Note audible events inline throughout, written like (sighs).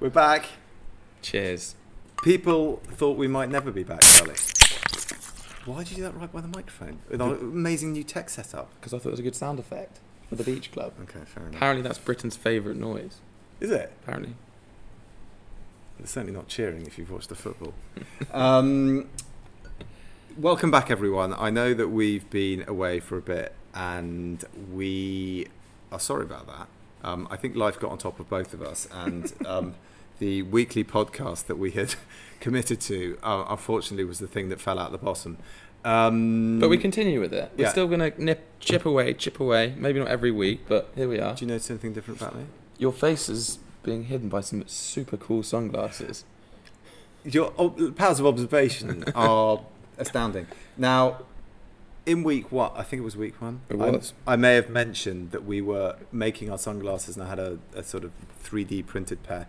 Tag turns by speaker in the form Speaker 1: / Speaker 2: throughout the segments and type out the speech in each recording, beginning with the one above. Speaker 1: We're back.
Speaker 2: Cheers.
Speaker 1: People thought we might never be back, Charlie. Why did you do that right by the microphone? With our amazing new tech setup.
Speaker 2: Because I thought it was a good sound effect for the beach club.
Speaker 1: Okay, fair enough.
Speaker 2: Apparently, that's Britain's favourite noise.
Speaker 1: Is it?
Speaker 2: Apparently.
Speaker 1: They're certainly not cheering if you've watched the football. (laughs) um, welcome back, everyone. I know that we've been away for a bit, and we are sorry about that. Um, I think life got on top of both of us, (laughs) and um, the weekly podcast that we had (laughs) committed to, uh, unfortunately, was the thing that fell out the bottom. Um,
Speaker 2: But we continue with it. We're
Speaker 1: Yeah.
Speaker 2: still gonna nip, chip away, chip away. Maybe not every week, but here we are.
Speaker 1: Do you notice anything different about me?
Speaker 2: Your face is being hidden by some super cool sunglasses.
Speaker 1: your ob- powers of (laughs) observation are astounding. Now, in week one, I think it was week one.
Speaker 2: It
Speaker 1: I-
Speaker 2: was.
Speaker 1: I, may have mentioned that we were making our sunglasses, and I had a, a sort of 3D printed pair.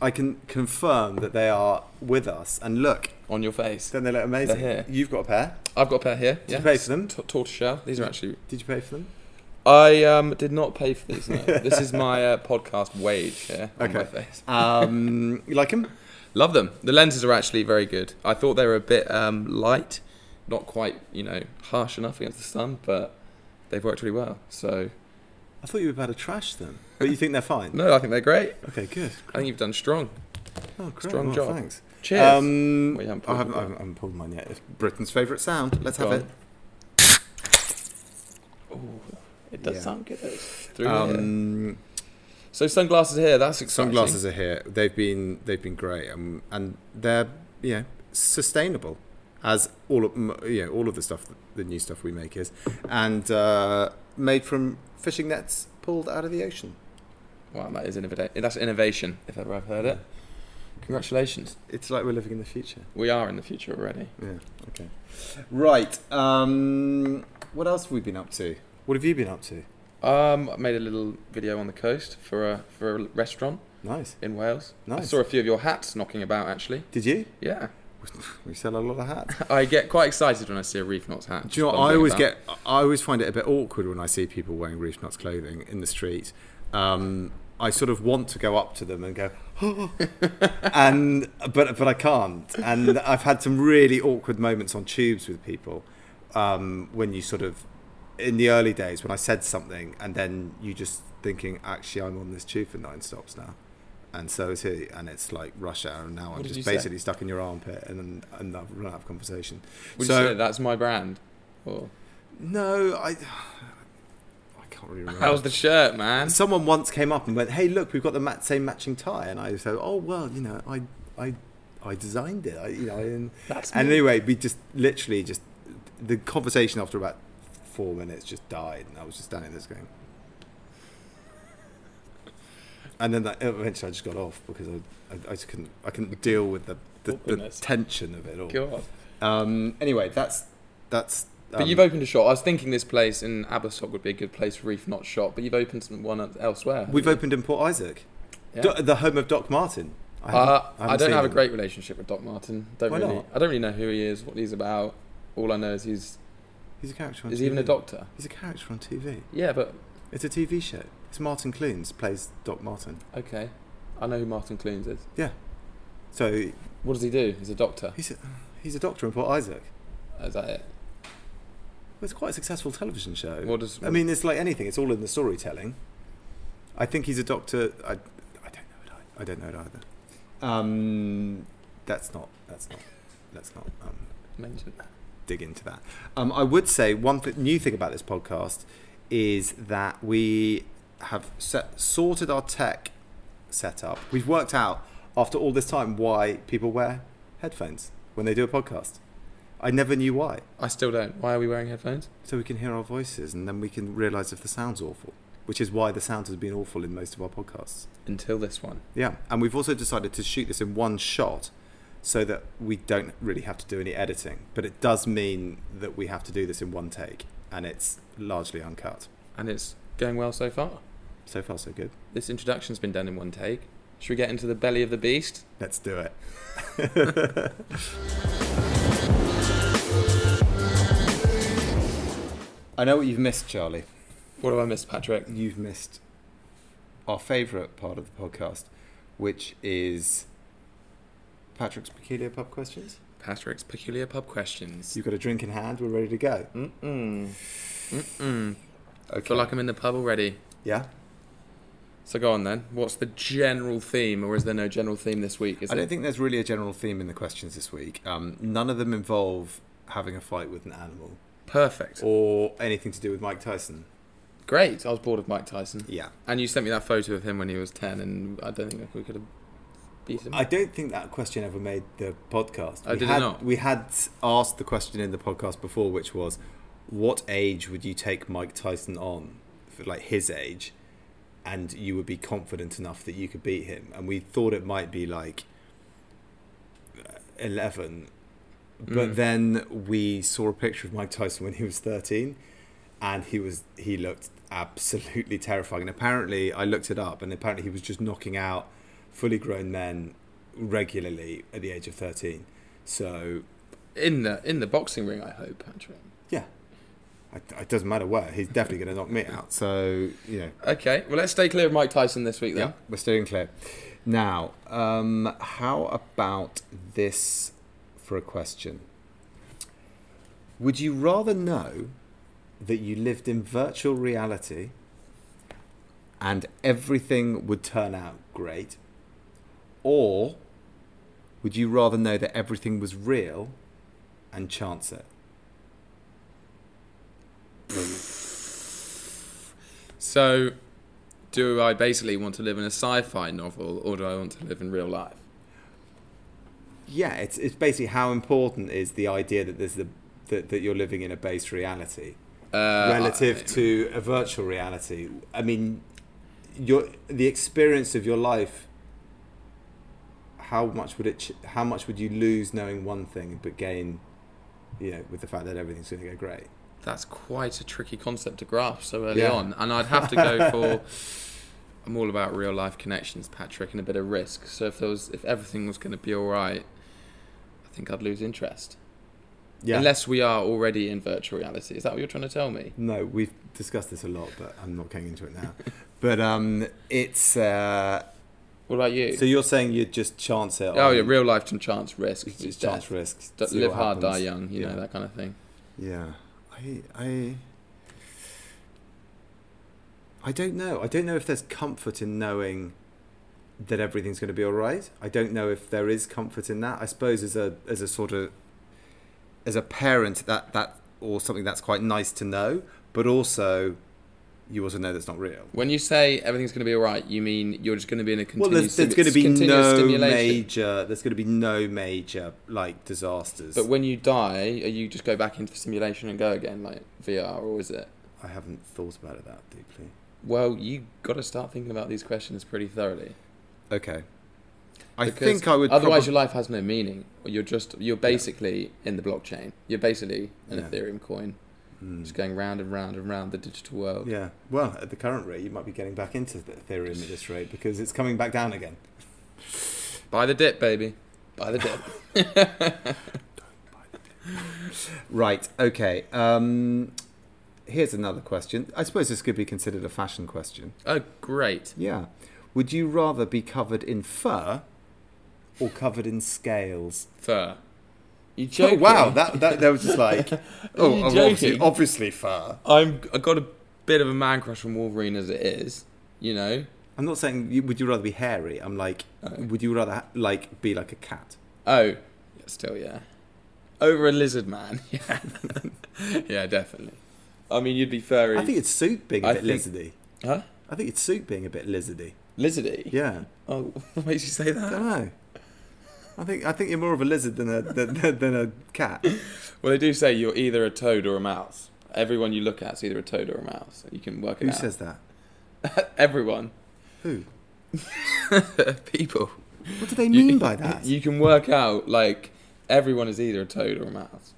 Speaker 1: I can confirm that they are with us. And look,
Speaker 2: On your face.
Speaker 1: don't they look amazing?
Speaker 2: They're here.
Speaker 1: You've got a pair.
Speaker 2: I've got a pair here.
Speaker 1: Did
Speaker 2: Yeah.
Speaker 1: you pay for them?
Speaker 2: T- tortoiseshell. These are actually.
Speaker 1: Did you pay for them?
Speaker 2: I um, did not pay for these. No. (laughs) this is my uh, podcast wage here on my
Speaker 1: Okay.
Speaker 2: face.
Speaker 1: Um, (laughs) you like them?
Speaker 2: Love them. The lenses are actually very good. I thought they were a bit um, light, not quite, you know, harsh enough against the sun, but they've worked really well. So
Speaker 1: I thought you were about to trash them, but you think they're fine.
Speaker 2: no, I think they're great.
Speaker 1: Okay, good.
Speaker 2: I think you've done strong.
Speaker 1: Oh, great.
Speaker 2: Strong
Speaker 1: Well,
Speaker 2: job.
Speaker 1: Thanks.
Speaker 2: Cheers.
Speaker 1: Um,
Speaker 2: Well, you haven't
Speaker 1: I,
Speaker 2: pulled
Speaker 1: haven't,
Speaker 2: it
Speaker 1: I
Speaker 2: yet.
Speaker 1: haven't- I haven't pulled mine yet. It's Britain's favourite sound. Let's have
Speaker 2: Go
Speaker 1: it.
Speaker 2: on. Ooh, it does
Speaker 1: Yeah.
Speaker 2: sound good. Through here.
Speaker 1: Um,
Speaker 2: So sunglasses here. That's exciting.
Speaker 1: sunglasses are here. They've been they've been great, um, and they're you know sustainable, as all of m- you know all of the stuff the new stuff we make is, and uh, made from fishing nets pulled out of the ocean.
Speaker 2: Wow, that is innovation. That's innovation, if ever I've heard it. Congratulations.
Speaker 1: It's like we're living in the future.
Speaker 2: We are in the future already.
Speaker 1: Yeah. Okay. Right. Um, what else have we been up to? What have you been up to?
Speaker 2: Um, I made a little video on the coast for a for a restaurant
Speaker 1: Nice.
Speaker 2: in Wales. I
Speaker 1: Nice.
Speaker 2: saw a few of your hats knocking about actually.
Speaker 1: Did you?
Speaker 2: Yeah. (laughs)
Speaker 1: We sell a lot of hats.
Speaker 2: I get quite excited when I see a reef knots hat.
Speaker 1: Do you know?
Speaker 2: Just
Speaker 1: What, I
Speaker 2: wondering
Speaker 1: always
Speaker 2: about-
Speaker 1: get. I always find it a bit awkward when I see people wearing roof nuts clothing in the street. Um, I sort of want to go up to them and go, (laughs) "Oh," and but but I can't. And I've had some really awkward moments on tubes with people um, when you sort of in the early days when I said something and then you just thinking, actually, I'm on this tube for nine stops now. And so is he, and it's like rush hour, and now
Speaker 2: What
Speaker 1: I'm
Speaker 2: did you
Speaker 1: just
Speaker 2: say?
Speaker 1: basically stuck in your armpit, and and I've run out of conversation.
Speaker 2: Would
Speaker 1: so-
Speaker 2: you say that's my brand? Or
Speaker 1: No, I. (sighs) I can't really remember.
Speaker 2: how's the shirt, man?
Speaker 1: Someone once came up and went, "Hey, look, we've got the mat- same matching tie," and I said, "Oh well, you know, I, I, I designed it. I, you know, I didn't-"
Speaker 2: That's
Speaker 1: and
Speaker 2: me.
Speaker 1: anyway, we just literally just the conversation after about four minutes just died, and I was just standing there just going. (laughs) And then that, eventually, I just got off because I, I, I just couldn't, I couldn't deal with the, the, the
Speaker 2: Awkwardness.
Speaker 1: tension of it all.
Speaker 2: God.
Speaker 1: Um, anyway, that's that's.
Speaker 2: But
Speaker 1: um,
Speaker 2: you've opened a shop. I was thinking this place in Aberstock would be a good place for reef knot shop, but you've opened some one else- elsewhere.
Speaker 1: We've opened in Port Isaac,
Speaker 2: Yeah.
Speaker 1: Do- the home of Doc Martin.
Speaker 2: I,
Speaker 1: haven't-
Speaker 2: uh, I,
Speaker 1: haven't
Speaker 2: don't
Speaker 1: seen
Speaker 2: have a
Speaker 1: him.
Speaker 2: great relationship with Doc Martin. Don't
Speaker 1: Why
Speaker 2: really.
Speaker 1: not?
Speaker 2: I don't really know who he is, what he's about. All I know is he's
Speaker 1: He's a character. On
Speaker 2: is
Speaker 1: TV.
Speaker 2: he even a doctor?
Speaker 1: He's a character on TV.
Speaker 2: Yeah, but
Speaker 1: It's a TV show. It's Martin Clunes plays Doc Martin.
Speaker 2: okay. I know who Martin Clunes is.
Speaker 1: So
Speaker 2: What does he do? He's a doctor.
Speaker 1: he's a, he's a doctor in Port Isaac.
Speaker 2: Is that it?
Speaker 1: It's quite a successful television show.
Speaker 2: What does
Speaker 1: Uh, I mean, it's like anything. It's all in the storytelling. I think he's a doctor. I, I don't know it. ei- I don't know it either. Um, that's not. That's not. That's not. Um,
Speaker 2: mention?
Speaker 1: dig into that. Um, I would say one th- new thing about this podcast is that we have set, sorted our tech setup. We've worked out after all this time why people wear headphones when they do a podcast. I never knew why.
Speaker 2: I still don't. Why are we wearing headphones?
Speaker 1: So we can hear our voices and then we can realise if the sound's awful, which is why the sound has been awful in most of our podcasts.
Speaker 2: Until this one.
Speaker 1: Yeah, and we've also decided to shoot this in one shot so that we don't really have to do any editing. But it does mean that we have to do this in one take and it's largely uncut.
Speaker 2: And it's going well so far.
Speaker 1: So far, so good.
Speaker 2: This introduction's been done in one take. Should we get into the belly of the beast?
Speaker 1: Let's do it. (laughs) I know what you've missed, Charlie.
Speaker 2: What have I missed, Patrick?
Speaker 1: You've missed our favourite part of the podcast, which is Patrick's peculiar pub questions.
Speaker 2: Patrick's peculiar pub questions.
Speaker 1: You've got a drink in hand. We're ready to go.
Speaker 2: Mm mm. Mm mm. I feel like I'm in the pub already.
Speaker 1: Yeah.
Speaker 2: So go on then. What's the general theme, or is there no general theme this week? Is
Speaker 1: I
Speaker 2: it?
Speaker 1: don't think there's really a general theme in the questions this week. Um, none of them involve having a fight with an animal
Speaker 2: Perfect.
Speaker 1: or anything to do with Mike Tyson.
Speaker 2: Great. I was bored of Mike Tyson.
Speaker 1: Yeah.
Speaker 2: And you sent me that photo of him when he was 10, and I don't think we could have beat him.
Speaker 1: I don't think that question ever made the podcast.
Speaker 2: Oh,
Speaker 1: we
Speaker 2: did it
Speaker 1: had,
Speaker 2: not?
Speaker 1: We had asked the question in the podcast before, which was, "What age would you take Mike Tyson on, for like his age, and you would be confident enough that you could beat him?" And we thought it might be like uh, eleven, but
Speaker 2: Mm.
Speaker 1: then we saw a picture of Mike Tyson when he was thirteen, and he was he looked absolutely terrifying. And apparently, I looked it up, and apparently he was just knocking out fully grown men regularly at the age of thirteen. So
Speaker 2: in the in the boxing ring, I hope, Patrick.
Speaker 1: it it doesn't matter where he's definitely going to knock me out. So you know,
Speaker 2: Okay. Well, let's stay clear of Mike Tyson this week then.
Speaker 1: yeah, we're steering clear. Now, um, how about this for a question? Would you rather know that you lived in virtual reality and everything would turn out great, or would you rather know that everything was real and chance it?
Speaker 2: So, do I basically want to live in a sci-fi novel, or do I want to live in real life?
Speaker 1: Yeah, it's it's basically how important is the idea that there's the that, that you're living in a base reality.
Speaker 2: Uh,
Speaker 1: relative
Speaker 2: I-
Speaker 1: to a virtual reality. I mean, your the experience of your life. How much would it? ch- How much would you lose knowing one thing but gain? You know, with the fact that everything's going to go great.
Speaker 2: that's quite a tricky concept to grasp so early
Speaker 1: Yeah.
Speaker 2: on, and I'd have
Speaker 1: (laughs)
Speaker 2: to go for. I'm all about real life connections, Patrick, and a bit of risk. So if there was, if everything was going to be all right, I think I'd lose interest.
Speaker 1: Yeah.
Speaker 2: Unless we are already in virtual reality. Is that what you're trying to tell me?
Speaker 1: no, we've discussed this a lot, but I'm not going into it
Speaker 2: (laughs)
Speaker 1: now. but um, it's uh,
Speaker 2: What about you?
Speaker 1: so you're saying you'd just chance it.
Speaker 2: oh,
Speaker 1: on-
Speaker 2: yeah, real life and chance risk.
Speaker 1: it's
Speaker 2: is
Speaker 1: just chance
Speaker 2: death.
Speaker 1: risks.
Speaker 2: D-
Speaker 1: see
Speaker 2: Live
Speaker 1: what
Speaker 2: hard, die
Speaker 1: happens.
Speaker 2: young. You
Speaker 1: Yeah.
Speaker 2: know that kind of thing.
Speaker 1: Yeah, I, I, I don't know. I don't know if there's comfort in knowing that everything's going to be all right. I don't know if there is comfort in that. I suppose as a as a sort of as a parent that that or something that's quite nice to know, but also you also know that's not real.
Speaker 2: When you say everything's going to be all right, you mean you're just going to be in a
Speaker 1: Well,
Speaker 2: continuous,
Speaker 1: there's, there's
Speaker 2: stimu-
Speaker 1: going to be
Speaker 2: continuous
Speaker 1: no
Speaker 2: stimulation.
Speaker 1: major. There's going to be no major like disasters.
Speaker 2: But when you die, are you just go back into the simulation and go again, like VR, or is it?
Speaker 1: I haven't thought about it that deeply.
Speaker 2: Well, you got to start thinking about these questions pretty thoroughly.
Speaker 1: Okay. I
Speaker 2: Because
Speaker 1: think I would.
Speaker 2: Otherwise,
Speaker 1: probab-
Speaker 2: your life has no meaning. You're just you're basically in the blockchain. You're basically an
Speaker 1: Yeah.
Speaker 2: Ethereum coin,
Speaker 1: Mm.
Speaker 2: just going round and round and round the digital world.
Speaker 1: Yeah. Well, at the current rate, you might be getting back into the Ethereum at this rate because it's coming back down again.
Speaker 2: Buy the dip, baby. Buy the
Speaker 1: (laughs)
Speaker 2: dip.
Speaker 1: Right. Okay. Um, here's another question. I suppose this could be considered a fashion question.
Speaker 2: oh, great.
Speaker 1: Yeah. Would you rather be covered in fur or covered in scales?
Speaker 2: Fur. You (laughs) joking?
Speaker 1: Oh, wow. That, that, that was just
Speaker 2: (laughs)
Speaker 1: like, oh,
Speaker 2: you
Speaker 1: obviously,
Speaker 2: joking?
Speaker 1: obviously fur.
Speaker 2: I'm I got a bit of a man crush on Wolverine as it is. You know.
Speaker 1: I'm not saying, you, would you rather be hairy? I'm like,
Speaker 2: Oh.
Speaker 1: would you rather, ha- like, be like a cat?
Speaker 2: Oh, yeah, still yeah. Over a lizard man. (laughs) Yeah. yeah, definitely. I mean, you'd be furry.
Speaker 1: I think it's suit being a
Speaker 2: I
Speaker 1: bit
Speaker 2: think-
Speaker 1: lizardy.
Speaker 2: Huh?
Speaker 1: I think it's suit being a bit
Speaker 2: (laughs)
Speaker 1: lizardy.
Speaker 2: Lizardy.
Speaker 1: Yeah.
Speaker 2: Oh, (laughs) what makes you say
Speaker 1: I
Speaker 2: that?
Speaker 1: don't know. I think I think you're more of a lizard than a (laughs) than, than- than a cat.
Speaker 2: Well, they do say you're either a toad or a mouse. Everyone you look at is either a toad or a mouse. You can work it
Speaker 1: Who
Speaker 2: out.
Speaker 1: says that?
Speaker 2: Everyone. (laughs)
Speaker 1: Who?
Speaker 2: People.
Speaker 1: What do they
Speaker 2: You- (laughs)
Speaker 1: mean by that?
Speaker 2: You can work out like everyone is either a toad or a mouse.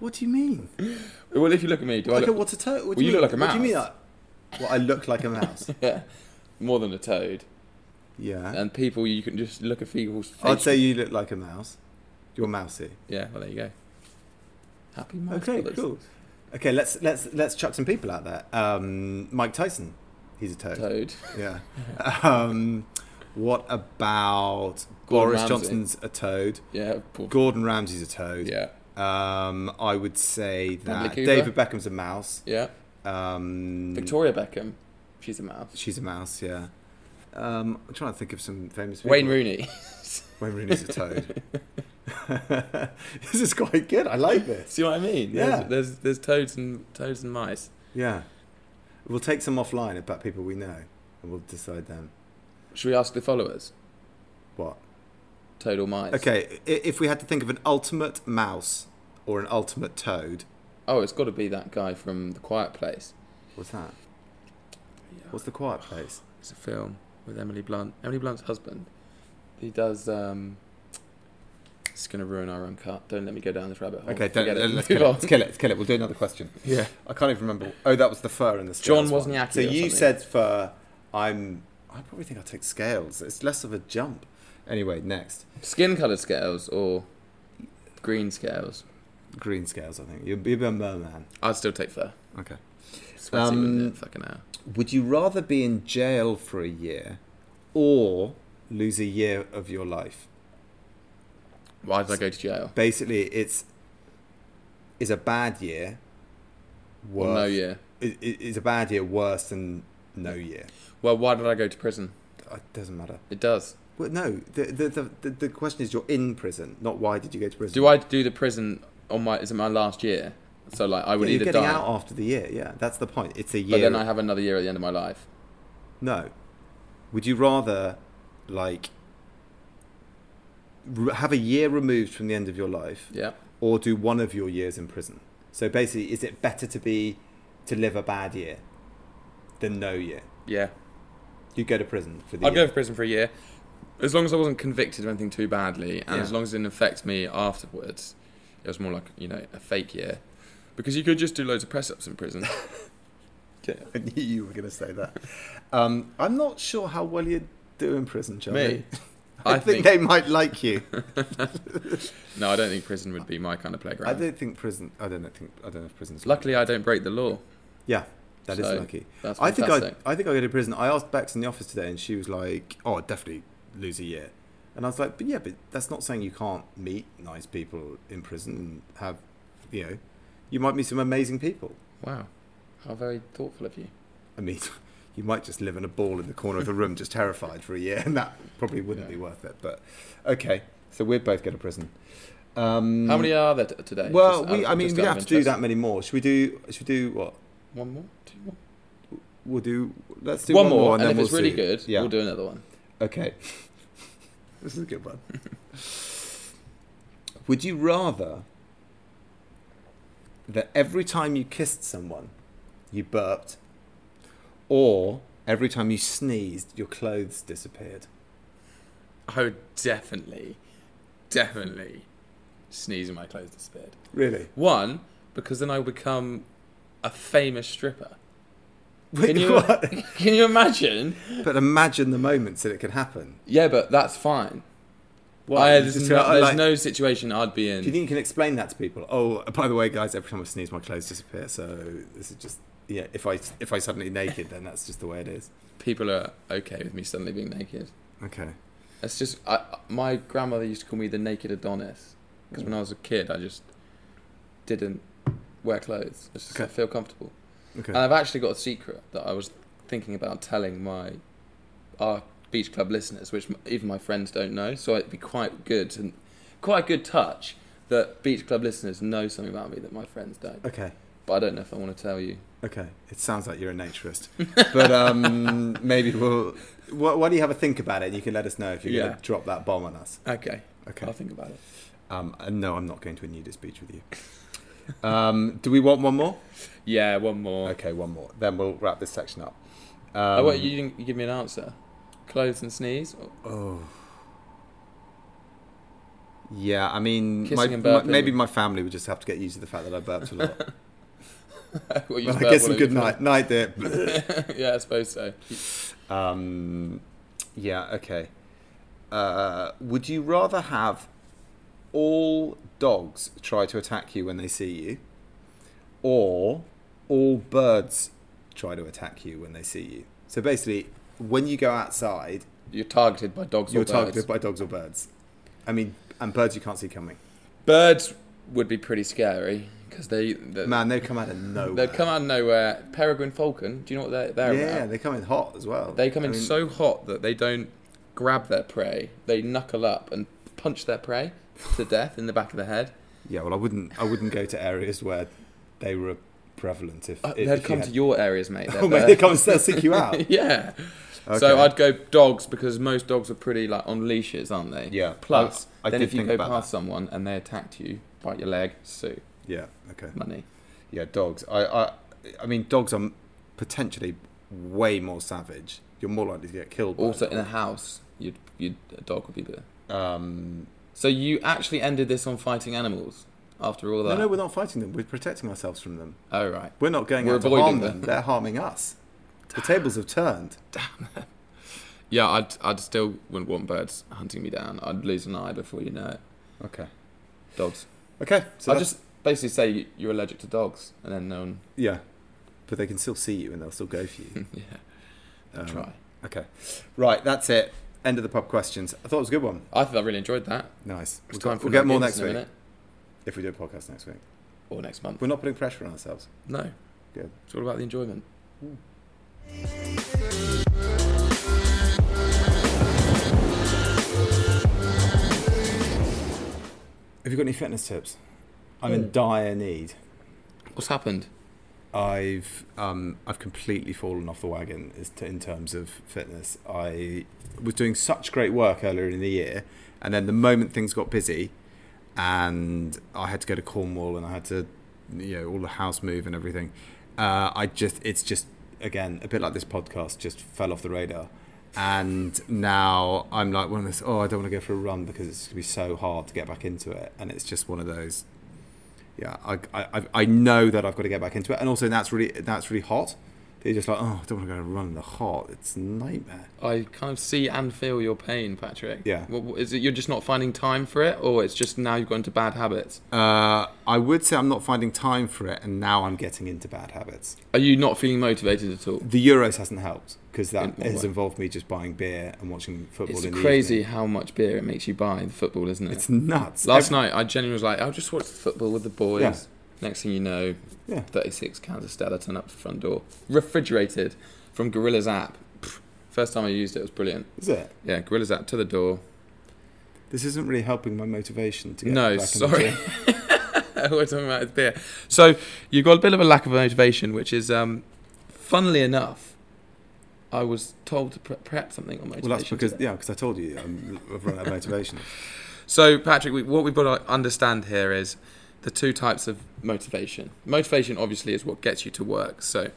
Speaker 1: What do you mean?
Speaker 2: Well, if you look at me, do I
Speaker 1: Like
Speaker 2: look?
Speaker 1: a, what's a toad? What do
Speaker 2: Well, you
Speaker 1: mean?
Speaker 2: look like a
Speaker 1: What do you mean?
Speaker 2: mouse. (laughs)
Speaker 1: Like, well, I look like a mouse.
Speaker 2: Yeah. more than a toad.
Speaker 1: Yeah.
Speaker 2: And people, you can just look at people's faces.
Speaker 1: I'd say you look like a mouse. You're mousy.
Speaker 2: Yeah, well, there you go. Happy mouse
Speaker 1: Okay,
Speaker 2: colours.
Speaker 1: cool. Okay, let's let's let's chuck some people out there. Um, Mike Tyson, he's a toad.
Speaker 2: Toad.
Speaker 1: Yeah.
Speaker 2: (laughs)
Speaker 1: um, what about
Speaker 2: Gordon
Speaker 1: Boris
Speaker 2: Ramsay.
Speaker 1: Johnson's a toad?
Speaker 2: Yeah, poor.
Speaker 1: Gordon Ramsay's a toad.
Speaker 2: Yeah,
Speaker 1: Um, I would say that
Speaker 2: Cooper.
Speaker 1: David Beckham's a mouse.
Speaker 2: yeah.
Speaker 1: Um,
Speaker 2: Victoria Beckham. She's a mouse.
Speaker 1: She's a mouse. Yeah. Um, I'm trying to think of some famous people. (laughs)
Speaker 2: Wayne Rooney.
Speaker 1: Wayne Rooney's a toad. (laughs) this is quite good. I like this.
Speaker 2: See what I mean?
Speaker 1: Yeah.
Speaker 2: There's, there's there's toads and toads and mice.
Speaker 1: Yeah. We'll take some offline about people we know and we'll decide then
Speaker 2: Should we ask the followers?
Speaker 1: what.
Speaker 2: Toad or mice?
Speaker 1: Okay, i- if we had to think of an ultimate mouse or an ultimate toad,
Speaker 2: Oh, it's got to be that guy from The Quiet Place.
Speaker 1: what's that? What's the quiet place?
Speaker 2: It's a film with Emily Blunt. Emily Blunt's husband. He does. um It's gonna ruin our own cut. Don't let me go down this rabbit hole.
Speaker 1: Okay, don't,
Speaker 2: Oh,
Speaker 1: uh,
Speaker 2: Forget
Speaker 1: let's,
Speaker 2: (laughs) Move
Speaker 1: kill it.
Speaker 2: on.
Speaker 1: let's kill it. Let's kill it. We'll do another question.
Speaker 2: Yeah.
Speaker 1: I can't even remember. Oh, that was the fur and the
Speaker 2: John
Speaker 1: scales. one.
Speaker 2: Wozniacki
Speaker 1: So
Speaker 2: or
Speaker 1: you
Speaker 2: something.
Speaker 1: said fur. I'm. I probably think I'll take scales. It's less of a jump. Anyway, next.
Speaker 2: Skin colour scales or green scales.
Speaker 1: Green scales, I think. You'd be a merman.
Speaker 2: I'd still take fur.
Speaker 1: Okay.
Speaker 2: Sweaty within
Speaker 1: Um,
Speaker 2: a fucking hour.
Speaker 1: Would you rather be in jail for a year or lose a year of your life?
Speaker 2: Why did I go to jail?
Speaker 1: Basically, it's is a bad year worse.
Speaker 2: Well, no, yeah.
Speaker 1: i- i- Is a bad year worse than no year?
Speaker 2: Well, why did I go to prison?
Speaker 1: It doesn't matter.
Speaker 2: It does.
Speaker 1: Well, no. The, the the the the question is, you're in prison, not why did you go to prison?
Speaker 2: Do I do the prison on my? Is it my last year? So like, I
Speaker 1: Yeah,
Speaker 2: would
Speaker 1: you're
Speaker 2: either
Speaker 1: getting
Speaker 2: die,
Speaker 1: out after the year. Yeah, that's the point. It's a year.
Speaker 2: but then I have another year at the end of my life.
Speaker 1: No. Would you rather, like, r- have a year removed from the end of your life,
Speaker 2: Yeah.
Speaker 1: or do one of your years in prison? So basically, is it better to be to live a bad year than no year?
Speaker 2: Yeah.
Speaker 1: You go to prison for the
Speaker 2: I'd
Speaker 1: year.
Speaker 2: go to prison for a year, as long as I wasn't convicted of anything too badly, and
Speaker 1: Yeah.
Speaker 2: as long as it didn't affect me afterwards. It was more like you know a fake year, because you could just do loads of press ups
Speaker 1: (laughs)
Speaker 2: in prison.
Speaker 1: I knew (laughs) you were going to say that. Um, I'm not sure how well you do in prison, Charlie.
Speaker 2: Me,
Speaker 1: (laughs) I,
Speaker 2: (laughs) I
Speaker 1: think,
Speaker 2: think-
Speaker 1: they might like you.
Speaker 2: no, I don't think prison would be my kind of
Speaker 1: I
Speaker 2: playground.
Speaker 1: don't think prison. I don't think. I don't know if prison's.
Speaker 2: Luckily, I don't break the law.
Speaker 1: Yeah, that is
Speaker 2: So,
Speaker 1: lucky.
Speaker 2: That's
Speaker 1: I think
Speaker 2: fantastic.
Speaker 1: I, I think I go to prison. I asked Bex in the office today, and she was like, "Oh, I'd definitely lose a year." And I was like, "But yeah, but that's not saying you can't meet nice people in prison and have, you know, you might meet some amazing people.
Speaker 2: Wow, how very thoughtful of you.
Speaker 1: I mean, (laughs) you might just live in a ball in the corner of a room, just terrified for a year, and that probably wouldn't
Speaker 2: Yeah.
Speaker 1: be worth it. But okay, so we'd both go to prison. Um,
Speaker 2: How many are there t- today?
Speaker 1: Well,
Speaker 2: Just out
Speaker 1: we,
Speaker 2: of-
Speaker 1: I mean,
Speaker 2: just
Speaker 1: we
Speaker 2: out
Speaker 1: have
Speaker 2: of
Speaker 1: to do
Speaker 2: interest.
Speaker 1: that many more. Should we do? Should we do what?
Speaker 2: One more, two more.
Speaker 1: We'll do. Let's do
Speaker 2: one,
Speaker 1: one,
Speaker 2: more,
Speaker 1: and, then
Speaker 2: and, if
Speaker 1: we'll
Speaker 2: it's really
Speaker 1: see.
Speaker 2: good,
Speaker 1: Yeah.
Speaker 2: we'll do another one.
Speaker 1: Okay. (laughs) this is a good one. (laughs) Would you rather that every time you kissed someone, you burped, or every time you sneezed, your clothes disappeared?
Speaker 2: Oh, definitely, definitely, sneezing my clothes disappeared.
Speaker 1: Really?
Speaker 2: One, because then I would become a famous stripper.
Speaker 1: Wait,
Speaker 2: Can you-
Speaker 1: what?
Speaker 2: Can you imagine?
Speaker 1: (laughs) but imagine the moments that it could happen.
Speaker 2: Yeah, but that's fine.
Speaker 1: Why?
Speaker 2: I-
Speaker 1: You
Speaker 2: there's
Speaker 1: just
Speaker 2: no,
Speaker 1: go, oh,
Speaker 2: there's
Speaker 1: like-
Speaker 2: no situation I'd be in.
Speaker 1: Do you think you can explain that to people? Oh, by the way, guys, every time I sneeze, my clothes disappear. So this is just yeah. If I if I suddenly naked, then that's just the way it is.
Speaker 2: People are okay with me suddenly being naked.
Speaker 1: Okay.
Speaker 2: It's just I, my grandmother used to call me the naked Adonis because when I was a kid, I just didn't wear clothes. I just
Speaker 1: Okay.
Speaker 2: I feel comfortable,
Speaker 1: Okay.
Speaker 2: and I've actually got a secret that I was thinking about telling my our beach club listeners, which m- even my friends don't know. So it'd be quite good and quite a good touch that beach club listeners know something about me that my friends don't.
Speaker 1: okay.
Speaker 2: But I don't know if I want to tell you.
Speaker 1: Okay, it sounds like you're a naturist, but
Speaker 2: (laughs)
Speaker 1: um, maybe we'll. Why, why do you have a think about it? And you can let us know if you're going
Speaker 2: Yeah.
Speaker 1: to
Speaker 2: Oh.
Speaker 1: drop that bomb on us.
Speaker 2: Okay,
Speaker 1: Okay.
Speaker 2: I'll think about it.
Speaker 1: Um, and no, I'm not going to a nudist beach with you. Um, do we want one more?
Speaker 2: Yeah, one more.
Speaker 1: Okay, one more. Then we'll wrap this section up. Um,
Speaker 2: oh wait, you didn't give me an answer. Clothes and sneeze. (laughs) or-
Speaker 1: Oh. Yeah, I mean,
Speaker 2: Kissing
Speaker 1: my,
Speaker 2: and
Speaker 1: my-
Speaker 2: burping. (laughs)
Speaker 1: maybe my family would just have to get used to the fact that I burped a lot.
Speaker 2: Well, you
Speaker 1: Well, I
Speaker 2: spelled
Speaker 1: guess some
Speaker 2: one
Speaker 1: good
Speaker 2: of your
Speaker 1: night. Night there.
Speaker 2: friends. (laughs) yeah, I suppose so.
Speaker 1: Um, yeah, okay. Uh, would you rather have all dogs try to attack you when they see you, or all birds try to attack you when they see you? So basically, when you go outside,
Speaker 2: You're targeted by dogs
Speaker 1: you're
Speaker 2: or birds.
Speaker 1: targeted by dogs or birds. I mean, and birds you can't see coming.
Speaker 2: Birds would be pretty scary because they they
Speaker 1: Man, they come out of nowhere.
Speaker 2: they come out of nowhere. Peregrine falcon. Do you know what they're, they're
Speaker 1: Yeah,
Speaker 2: about?
Speaker 1: they come in hot as well.
Speaker 2: They come in
Speaker 1: I mean,
Speaker 2: so hot that they don't grab their prey. They knuckle up and punch their prey to death in the back of the head.
Speaker 1: Yeah, well, I wouldn't. I wouldn't go to areas where they were prevalent. If,
Speaker 2: Uh,
Speaker 1: if
Speaker 2: They'd
Speaker 1: you
Speaker 2: come
Speaker 1: had- (laughs)
Speaker 2: to your areas, mate. They're
Speaker 1: Oh, mate,
Speaker 2: there.
Speaker 1: they come and they'll seek you out.
Speaker 2: yeah.
Speaker 1: Okay.
Speaker 2: (laughs) So I'd go dogs because most dogs are pretty like on leashes, aren't they?
Speaker 1: Yeah.
Speaker 2: Plus,
Speaker 1: I- I
Speaker 2: then
Speaker 1: did
Speaker 2: if you
Speaker 1: think
Speaker 2: go
Speaker 1: about
Speaker 2: past someone and they attacked you, bite your leg, sue
Speaker 1: Yeah. Okay.
Speaker 2: money.
Speaker 1: Yeah, dogs. I, I, I mean, dogs are potentially way more savage. You're more likely to get killed. By
Speaker 2: Also,
Speaker 1: a
Speaker 2: in a
Speaker 1: dog.
Speaker 2: house, you'd you'd a dog would be there.
Speaker 1: um,
Speaker 2: So you actually ended this on fighting animals after all
Speaker 1: no,
Speaker 2: that.
Speaker 1: no, we're not fighting them. We're protecting ourselves from them.
Speaker 2: oh right.
Speaker 1: We're not going
Speaker 2: We're
Speaker 1: out to
Speaker 2: avoiding
Speaker 1: harm
Speaker 2: them.
Speaker 1: them. They're harming us. The tables have turned.
Speaker 2: Yeah, I'd I'd still wouldn't want birds hunting me down. I'd lose an eye before you know it.
Speaker 1: Okay.
Speaker 2: Dogs.
Speaker 1: Okay. So
Speaker 2: I'd
Speaker 1: that's-
Speaker 2: just basically say you- you're allergic to dogs, and then no one. (laughs)
Speaker 1: yeah, but they can still see you and they'll still go for (laughs) you.
Speaker 2: yeah.
Speaker 1: Um,
Speaker 2: try.
Speaker 1: Okay. Right. That's it. End of the pub questions. I thought it was a good one.
Speaker 2: I think I really enjoyed that.
Speaker 1: Nice.
Speaker 2: It's
Speaker 1: We'll,
Speaker 2: time for
Speaker 1: we'll get more
Speaker 2: games
Speaker 1: next
Speaker 2: in a
Speaker 1: week
Speaker 2: minute.
Speaker 1: if we do a podcast next week.
Speaker 2: or next month.
Speaker 1: We're not putting pressure on ourselves.
Speaker 2: No.
Speaker 1: Good.
Speaker 2: It's all about the enjoyment.
Speaker 1: Have you got any fitness tips? I'm
Speaker 2: Yeah.
Speaker 1: in dire need.
Speaker 2: What's happened?
Speaker 1: I've um, I've completely fallen off the wagon as to, in terms of fitness. I was doing such great work earlier in the year, and then the moment things got busy, and I had to go to Cornwall and I had to, you know, all the house move and everything. Uh, I just it's just again a bit like this podcast just fell off the radar, and now I'm like one of those. Oh, I don't want to go for a run because it's going to be so hard to get back into it, and it's just one of those yeah, I, I, I've- I know that I've got to get back into it. And also, that's really that's really hot. They're just like, oh, I don't want to go and run in the hot. It's a nightmare.
Speaker 2: I kind of see and feel your pain, Patrick.
Speaker 1: Yeah.
Speaker 2: What, what, is it you're just not finding time for it, or it's just now you've got into bad habits?
Speaker 1: Uh, I would say I'm not finding time for it, and now I'm getting into bad habits.
Speaker 2: Are you not feeling motivated at all?
Speaker 1: The Euros hasn't helped because that
Speaker 2: In what
Speaker 1: has
Speaker 2: way?
Speaker 1: involved me just buying beer and watching football.
Speaker 2: It's
Speaker 1: in the
Speaker 2: crazy
Speaker 1: evening.
Speaker 2: how much beer it makes you buy the football, isn't it?
Speaker 1: It's nuts.
Speaker 2: Last
Speaker 1: Every-
Speaker 2: night I genuinely was like, I'll just watch the football with the boys.
Speaker 1: Yeah.
Speaker 2: Next thing you know,
Speaker 1: Yeah.
Speaker 2: 36 cans of Stella turn up the front door, refrigerated from Gorilla's app. Pfft, First time I used it, it was brilliant.
Speaker 1: is it?
Speaker 2: Yeah, Gorilla's app to the door. (laughs)
Speaker 1: This isn't really helping my motivation to get
Speaker 2: No,
Speaker 1: back in the
Speaker 2: sorry.
Speaker 1: gym.
Speaker 2: We're talking about is beer. So you've got a bit of a lack of motivation, which is, um, funnily enough, I was told to pre- prep something on motivation.
Speaker 1: Well, that's because
Speaker 2: today.
Speaker 1: yeah, because I told you I'm, I've run out of motivation.
Speaker 2: (laughs) So Patrick, we, what we've got to understand here is the two types of motivation. Motivation, obviously, is what gets you to work. So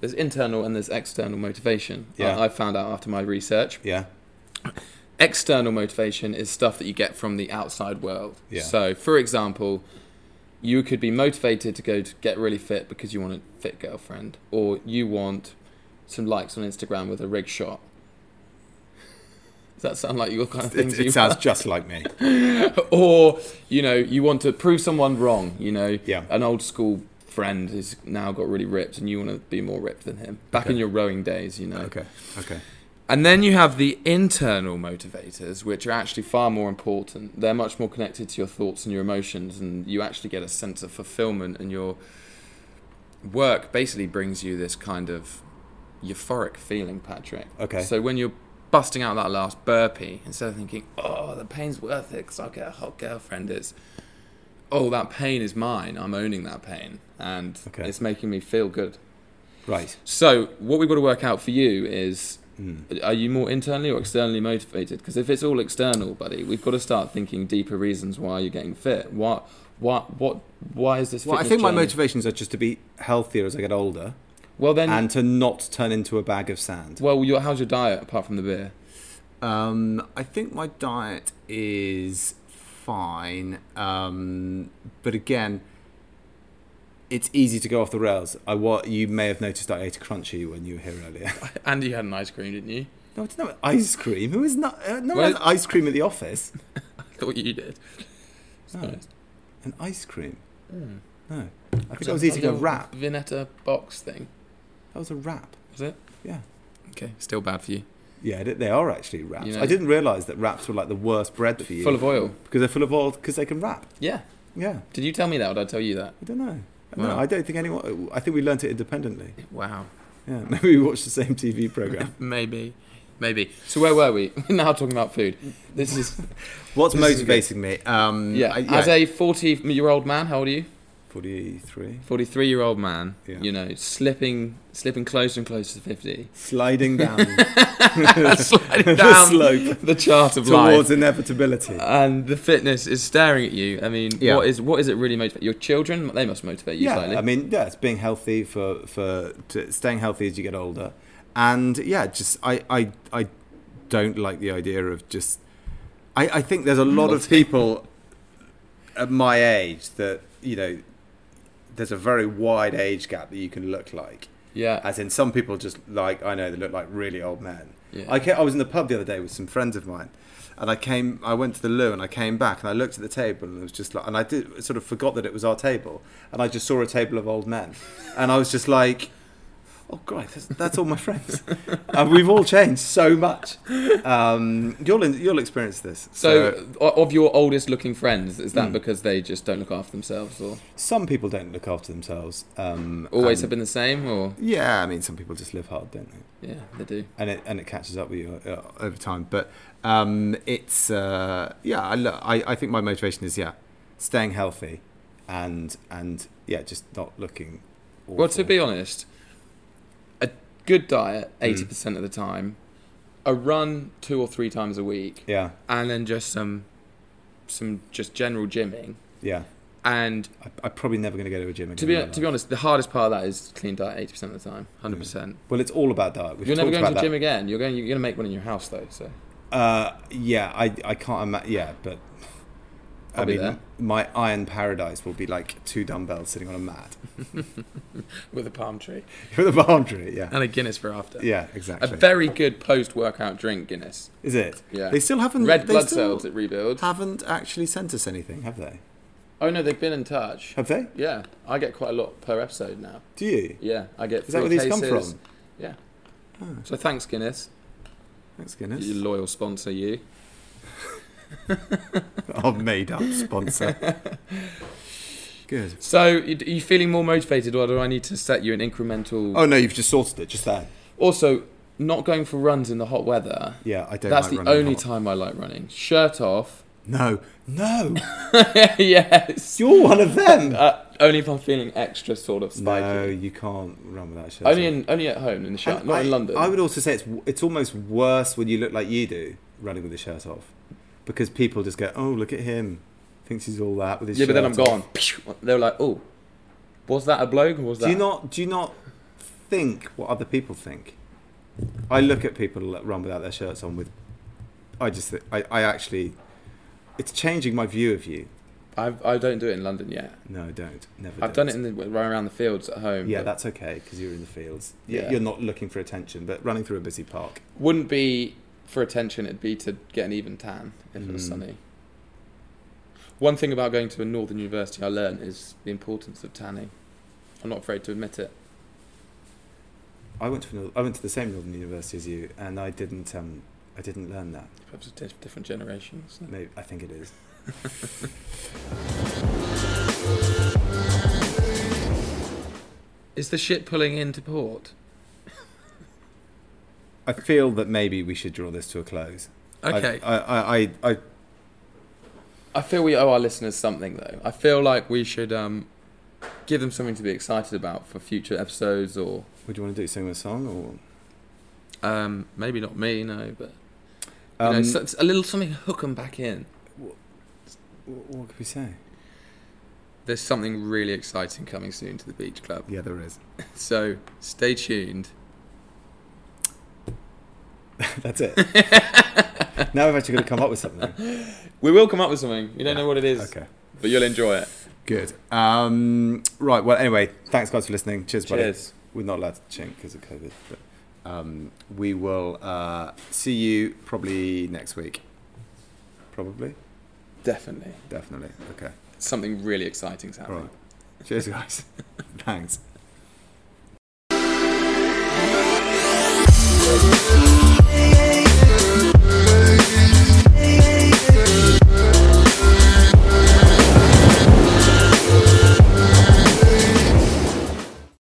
Speaker 2: there's internal and there's external motivation.
Speaker 1: Yeah.
Speaker 2: I, I found out after my research.
Speaker 1: Yeah,
Speaker 2: external motivation is stuff that you get from the outside world.
Speaker 1: Yeah.
Speaker 2: So, for example, you could be motivated to go to get really fit because you want a fit girlfriend, or you want some likes on Instagram with a rig shot. (laughs) Does that sound like your kind of thing?
Speaker 1: it,
Speaker 2: to you?
Speaker 1: it sounds just like me.
Speaker 2: (laughs) or you know, you want to prove someone wrong. You know,
Speaker 1: Yeah.
Speaker 2: an old school friend who's now got really ripped, and you want to be more ripped than him. Back in
Speaker 1: Okay.
Speaker 2: your rowing days, you know.
Speaker 1: Okay, okay.
Speaker 2: And then you have the internal motivators, which are actually far more important. They're much more connected to your thoughts and your emotions, and you actually get a sense of fulfillment. And your work basically brings you this kind of euphoric feeling, Patrick.
Speaker 1: Okay.
Speaker 2: So when you're busting out that last burpee, instead of thinking, oh, the pain's worth it because I'll get a hot girlfriend, it's, oh, that pain is mine. I'm owning that pain. And
Speaker 1: Okay.
Speaker 2: it's making me feel good.
Speaker 1: Right.
Speaker 2: So what we've got to work out for you is
Speaker 1: Mm.
Speaker 2: are you more internally or externally motivated? Because if it's all external, buddy, we've got to start thinking deeper reasons why you're getting fit. Why, what, what, why is this?
Speaker 1: Well, I
Speaker 2: fitness
Speaker 1: think my
Speaker 2: journey-
Speaker 1: motivations are just to be healthier as I get older
Speaker 2: Well then,
Speaker 1: and to not turn into a bag of sand.
Speaker 2: well, your, how's your diet apart from the (laughs) beer?
Speaker 1: Um, I think my diet is fine, um, but again, it's easy to go off the rails. I what you may have noticed I ate a crunchy when you were here earlier. (laughs)
Speaker 2: And you had an ice cream, didn't you? (laughs)
Speaker 1: No, it's not ice cream. Who is not? Uh, no
Speaker 2: Well-
Speaker 1: one has ice cream at the office.
Speaker 2: I thought you did. It's
Speaker 1: No.
Speaker 2: nice.
Speaker 1: An ice cream?
Speaker 2: Mm.
Speaker 1: No. I think
Speaker 2: So
Speaker 1: I was eating a
Speaker 2: little
Speaker 1: wrap.
Speaker 2: Vinetta box thing.
Speaker 1: That was a wrap.
Speaker 2: Was it?
Speaker 1: Yeah.
Speaker 2: Okay, still bad for you.
Speaker 1: Yeah, they- they are actually wraps.
Speaker 2: You know-
Speaker 1: I didn't realise that wraps were like the worst bread for you.
Speaker 2: Full of oil.
Speaker 1: because they're full of oil because they can wrap.
Speaker 2: Yeah.
Speaker 1: Yeah.
Speaker 2: Did you tell me that? Or did I tell you that?
Speaker 1: I don't know. No,
Speaker 2: Wow.
Speaker 1: I don't think anyone. I think we learnt it (laughs) independently.
Speaker 2: Wow.
Speaker 1: Yeah, maybe we watched the same TV program.
Speaker 2: (laughs) Maybe. Maybe. So where were we? (laughs) We're now talking about food. This is
Speaker 1: (laughs) What's
Speaker 2: This is good.
Speaker 1: motivating me? Um,
Speaker 2: yeah.
Speaker 1: I-
Speaker 2: As a forty-year-old man, how old are you?
Speaker 1: forty-three,
Speaker 2: Forty-three-year-old man.
Speaker 1: Yeah.
Speaker 2: You know, slipping, slipping closer and closer to fifty.
Speaker 1: (laughs) sliding down,
Speaker 2: (laughs)
Speaker 1: (laughs)
Speaker 2: Sliding
Speaker 1: the
Speaker 2: down
Speaker 1: slope
Speaker 2: the chart of life.
Speaker 1: towards inevitability.
Speaker 2: and the fitness is staring at you. I mean,
Speaker 1: Yeah.
Speaker 2: what is what is it really motivate? Your children, they must motivate you
Speaker 1: yeah, um,
Speaker 2: slightly.
Speaker 1: I mean, yeah, it's being healthy for for to, staying healthy as you get older, and yeah, just I I I don't like the idea of just. I I think there's a lot of people at my age that you know. There's a very wide age gap that you can look like.
Speaker 2: yeah,
Speaker 1: As in, some people just like I know they look like really old men.
Speaker 2: yeah.
Speaker 1: I ca I was in the pub the other day with some friends of mine, and I came. I went to the loo and I came back and I looked at the table and it was just like, and I did sort of forgot that it was our table, and I just saw a table of old men, and I was just like, oh great, that's, that's all my
Speaker 2: (laughs)
Speaker 1: friends, and we've all changed so much. Um, you'll you'll experience this.
Speaker 2: so, o of your oldest looking friends, is
Speaker 1: Hmm.
Speaker 2: that because they just don't look after themselves, or
Speaker 1: some people don't look after themselves. Um,
Speaker 2: always have
Speaker 1: and-
Speaker 2: been the same, or
Speaker 1: Yeah, I mean, some people just live hard, don't they?
Speaker 2: yeah, they do.
Speaker 1: and it and it catches up with you uh, over time. But um, it's uh, yeah, I, lo- I I think my motivation is yeah, staying healthy, and and yeah, just not looking. Awful. Hmm.
Speaker 2: Well, to be honest, a good diet eighty percent of the time, a run two or three times a week,
Speaker 1: yeah
Speaker 2: and then just some, some just general gymming,
Speaker 1: yeah,
Speaker 2: and
Speaker 1: I, I'm probably never going to go to a gym again.
Speaker 2: to
Speaker 1: in
Speaker 2: be
Speaker 1: my
Speaker 2: to be
Speaker 1: life.
Speaker 2: honest, the hardest part of that is clean diet eighty percent of the time, hundred percent.
Speaker 1: well, it's all about diet. We've
Speaker 2: You're never
Speaker 1: talked
Speaker 2: going to the
Speaker 1: about
Speaker 2: gym again. You're going. You're going to make one in your house though. So
Speaker 1: that. Uh, yeah, I I can't imagine. Yeah, but. I
Speaker 2: I'll be
Speaker 1: mean,
Speaker 2: there.
Speaker 1: my iron paradise will be like two dumbbells sitting on a mat (laughs)
Speaker 2: with a palm tree
Speaker 1: with a boundary. Yeah,
Speaker 2: and a Guinness for after.
Speaker 1: yeah,
Speaker 2: Uh, A
Speaker 1: exactly.
Speaker 2: very good post-workout drink, Guinness.
Speaker 1: Is it?
Speaker 2: Yeah.
Speaker 1: They still haven't.
Speaker 2: Red
Speaker 1: they
Speaker 2: blood
Speaker 1: still
Speaker 2: cells it rebuilds.
Speaker 1: Haven't actually sent us anything, have they?
Speaker 2: Oh no, they've been in touch.
Speaker 1: Have they?
Speaker 2: Yeah, I get quite a lot per episode now.
Speaker 1: Do you?
Speaker 2: Yeah, I get.
Speaker 1: Is that
Speaker 2: three
Speaker 1: where these come
Speaker 2: cases.
Speaker 1: from?
Speaker 2: Yeah.
Speaker 1: Oh.
Speaker 2: So thanks, Guinness.
Speaker 1: Thanks, goodness.
Speaker 2: Your loyal sponsor, you. (laughs)
Speaker 1: Our made up sponsor. (laughs) Good.
Speaker 2: So, y- are you feeling more motivated, or do I need to set you an incremental?
Speaker 1: Oh no, you've just sorted it just there.
Speaker 2: Also, not going for runs in the hot weather.
Speaker 1: Yeah, I don't.
Speaker 2: That's
Speaker 1: like
Speaker 2: the
Speaker 1: running
Speaker 2: only
Speaker 1: hot.
Speaker 2: time I like running. Shirt off. (laughs)
Speaker 1: No, no, (laughs)
Speaker 2: yes.
Speaker 1: you're one of them.
Speaker 2: Uh, only if I'm feeling extra sort of (laughs) spiky.
Speaker 1: No, you can't run without a shirt.
Speaker 2: Only
Speaker 1: on.
Speaker 2: in only at home in the shower,
Speaker 1: And
Speaker 2: not
Speaker 1: I,
Speaker 2: in London.
Speaker 1: I would also say it's it's almost worse when you look like you do running with the shirt off, because people just go, "Oh, look at him, thinks he's all that with his
Speaker 2: yeah,
Speaker 1: shirt."
Speaker 2: but then I'm
Speaker 1: off."
Speaker 2: gone. (laughs) They were like, "Oh, was that a bloke or was that?"
Speaker 1: Do you not? Do you not think what other people think? I look at people that run without their shirts on. With I just, thi- I, I actually, it's changing my view of you.
Speaker 2: I I don't do it in London yet.
Speaker 1: No, I don't. Never.
Speaker 2: I've
Speaker 1: don't.
Speaker 2: done it in the, right around the fields at home.
Speaker 1: yeah,
Speaker 2: but
Speaker 1: that's okay because you're in the fields. You-
Speaker 2: Yeah.
Speaker 1: You're not looking for attention, but running through a busy park.
Speaker 2: wouldn't be for attention. It'd be to get an even tan if it was
Speaker 1: Mm.
Speaker 2: sunny. One thing about going to a northern university I learned is the importance of tanning. I'm not afraid to admit it.
Speaker 1: I went to an, I went to the same northern university as you, and I didn't um I didn't learn that.
Speaker 2: Perhaps it's diff- different generations.
Speaker 1: Maybe I think it is.
Speaker 2: Is the ship pulling into port?
Speaker 1: I feel that maybe we should draw this to a close. I-
Speaker 2: Okay.
Speaker 1: I I, I, I
Speaker 2: I feel we owe our listeners something though. I feel like we should um, give them something to be excited about for future episodes, or
Speaker 1: what do you want to do? Sing a song or?
Speaker 2: um, maybe not me, no, but you
Speaker 1: Um,
Speaker 2: know, so- a little something to hook them back in.
Speaker 1: What, what could we say?
Speaker 2: There's something really exciting coming soon to the Beach Club,
Speaker 1: Yeah, there is.
Speaker 2: so stay tuned.
Speaker 1: (laughs) That's it. now we've actually got to come up with something. (laughs)
Speaker 2: We will come up with something. You don't
Speaker 1: Yeah.
Speaker 2: know what it is,
Speaker 1: Okay.
Speaker 2: but you'll enjoy it.
Speaker 1: Good. Um, right. Well, anyway, thanks guys for listening. Cheers, buddy.
Speaker 2: Cheers.
Speaker 1: We're not allowed to chink because of COVID, but um, we will uh, see you probably next week. Probably,
Speaker 2: Definitely.
Speaker 1: definitely. Okay.
Speaker 2: Something really exciting's
Speaker 1: All
Speaker 2: happening.
Speaker 1: right. Cheers, guys. (laughs) thanks.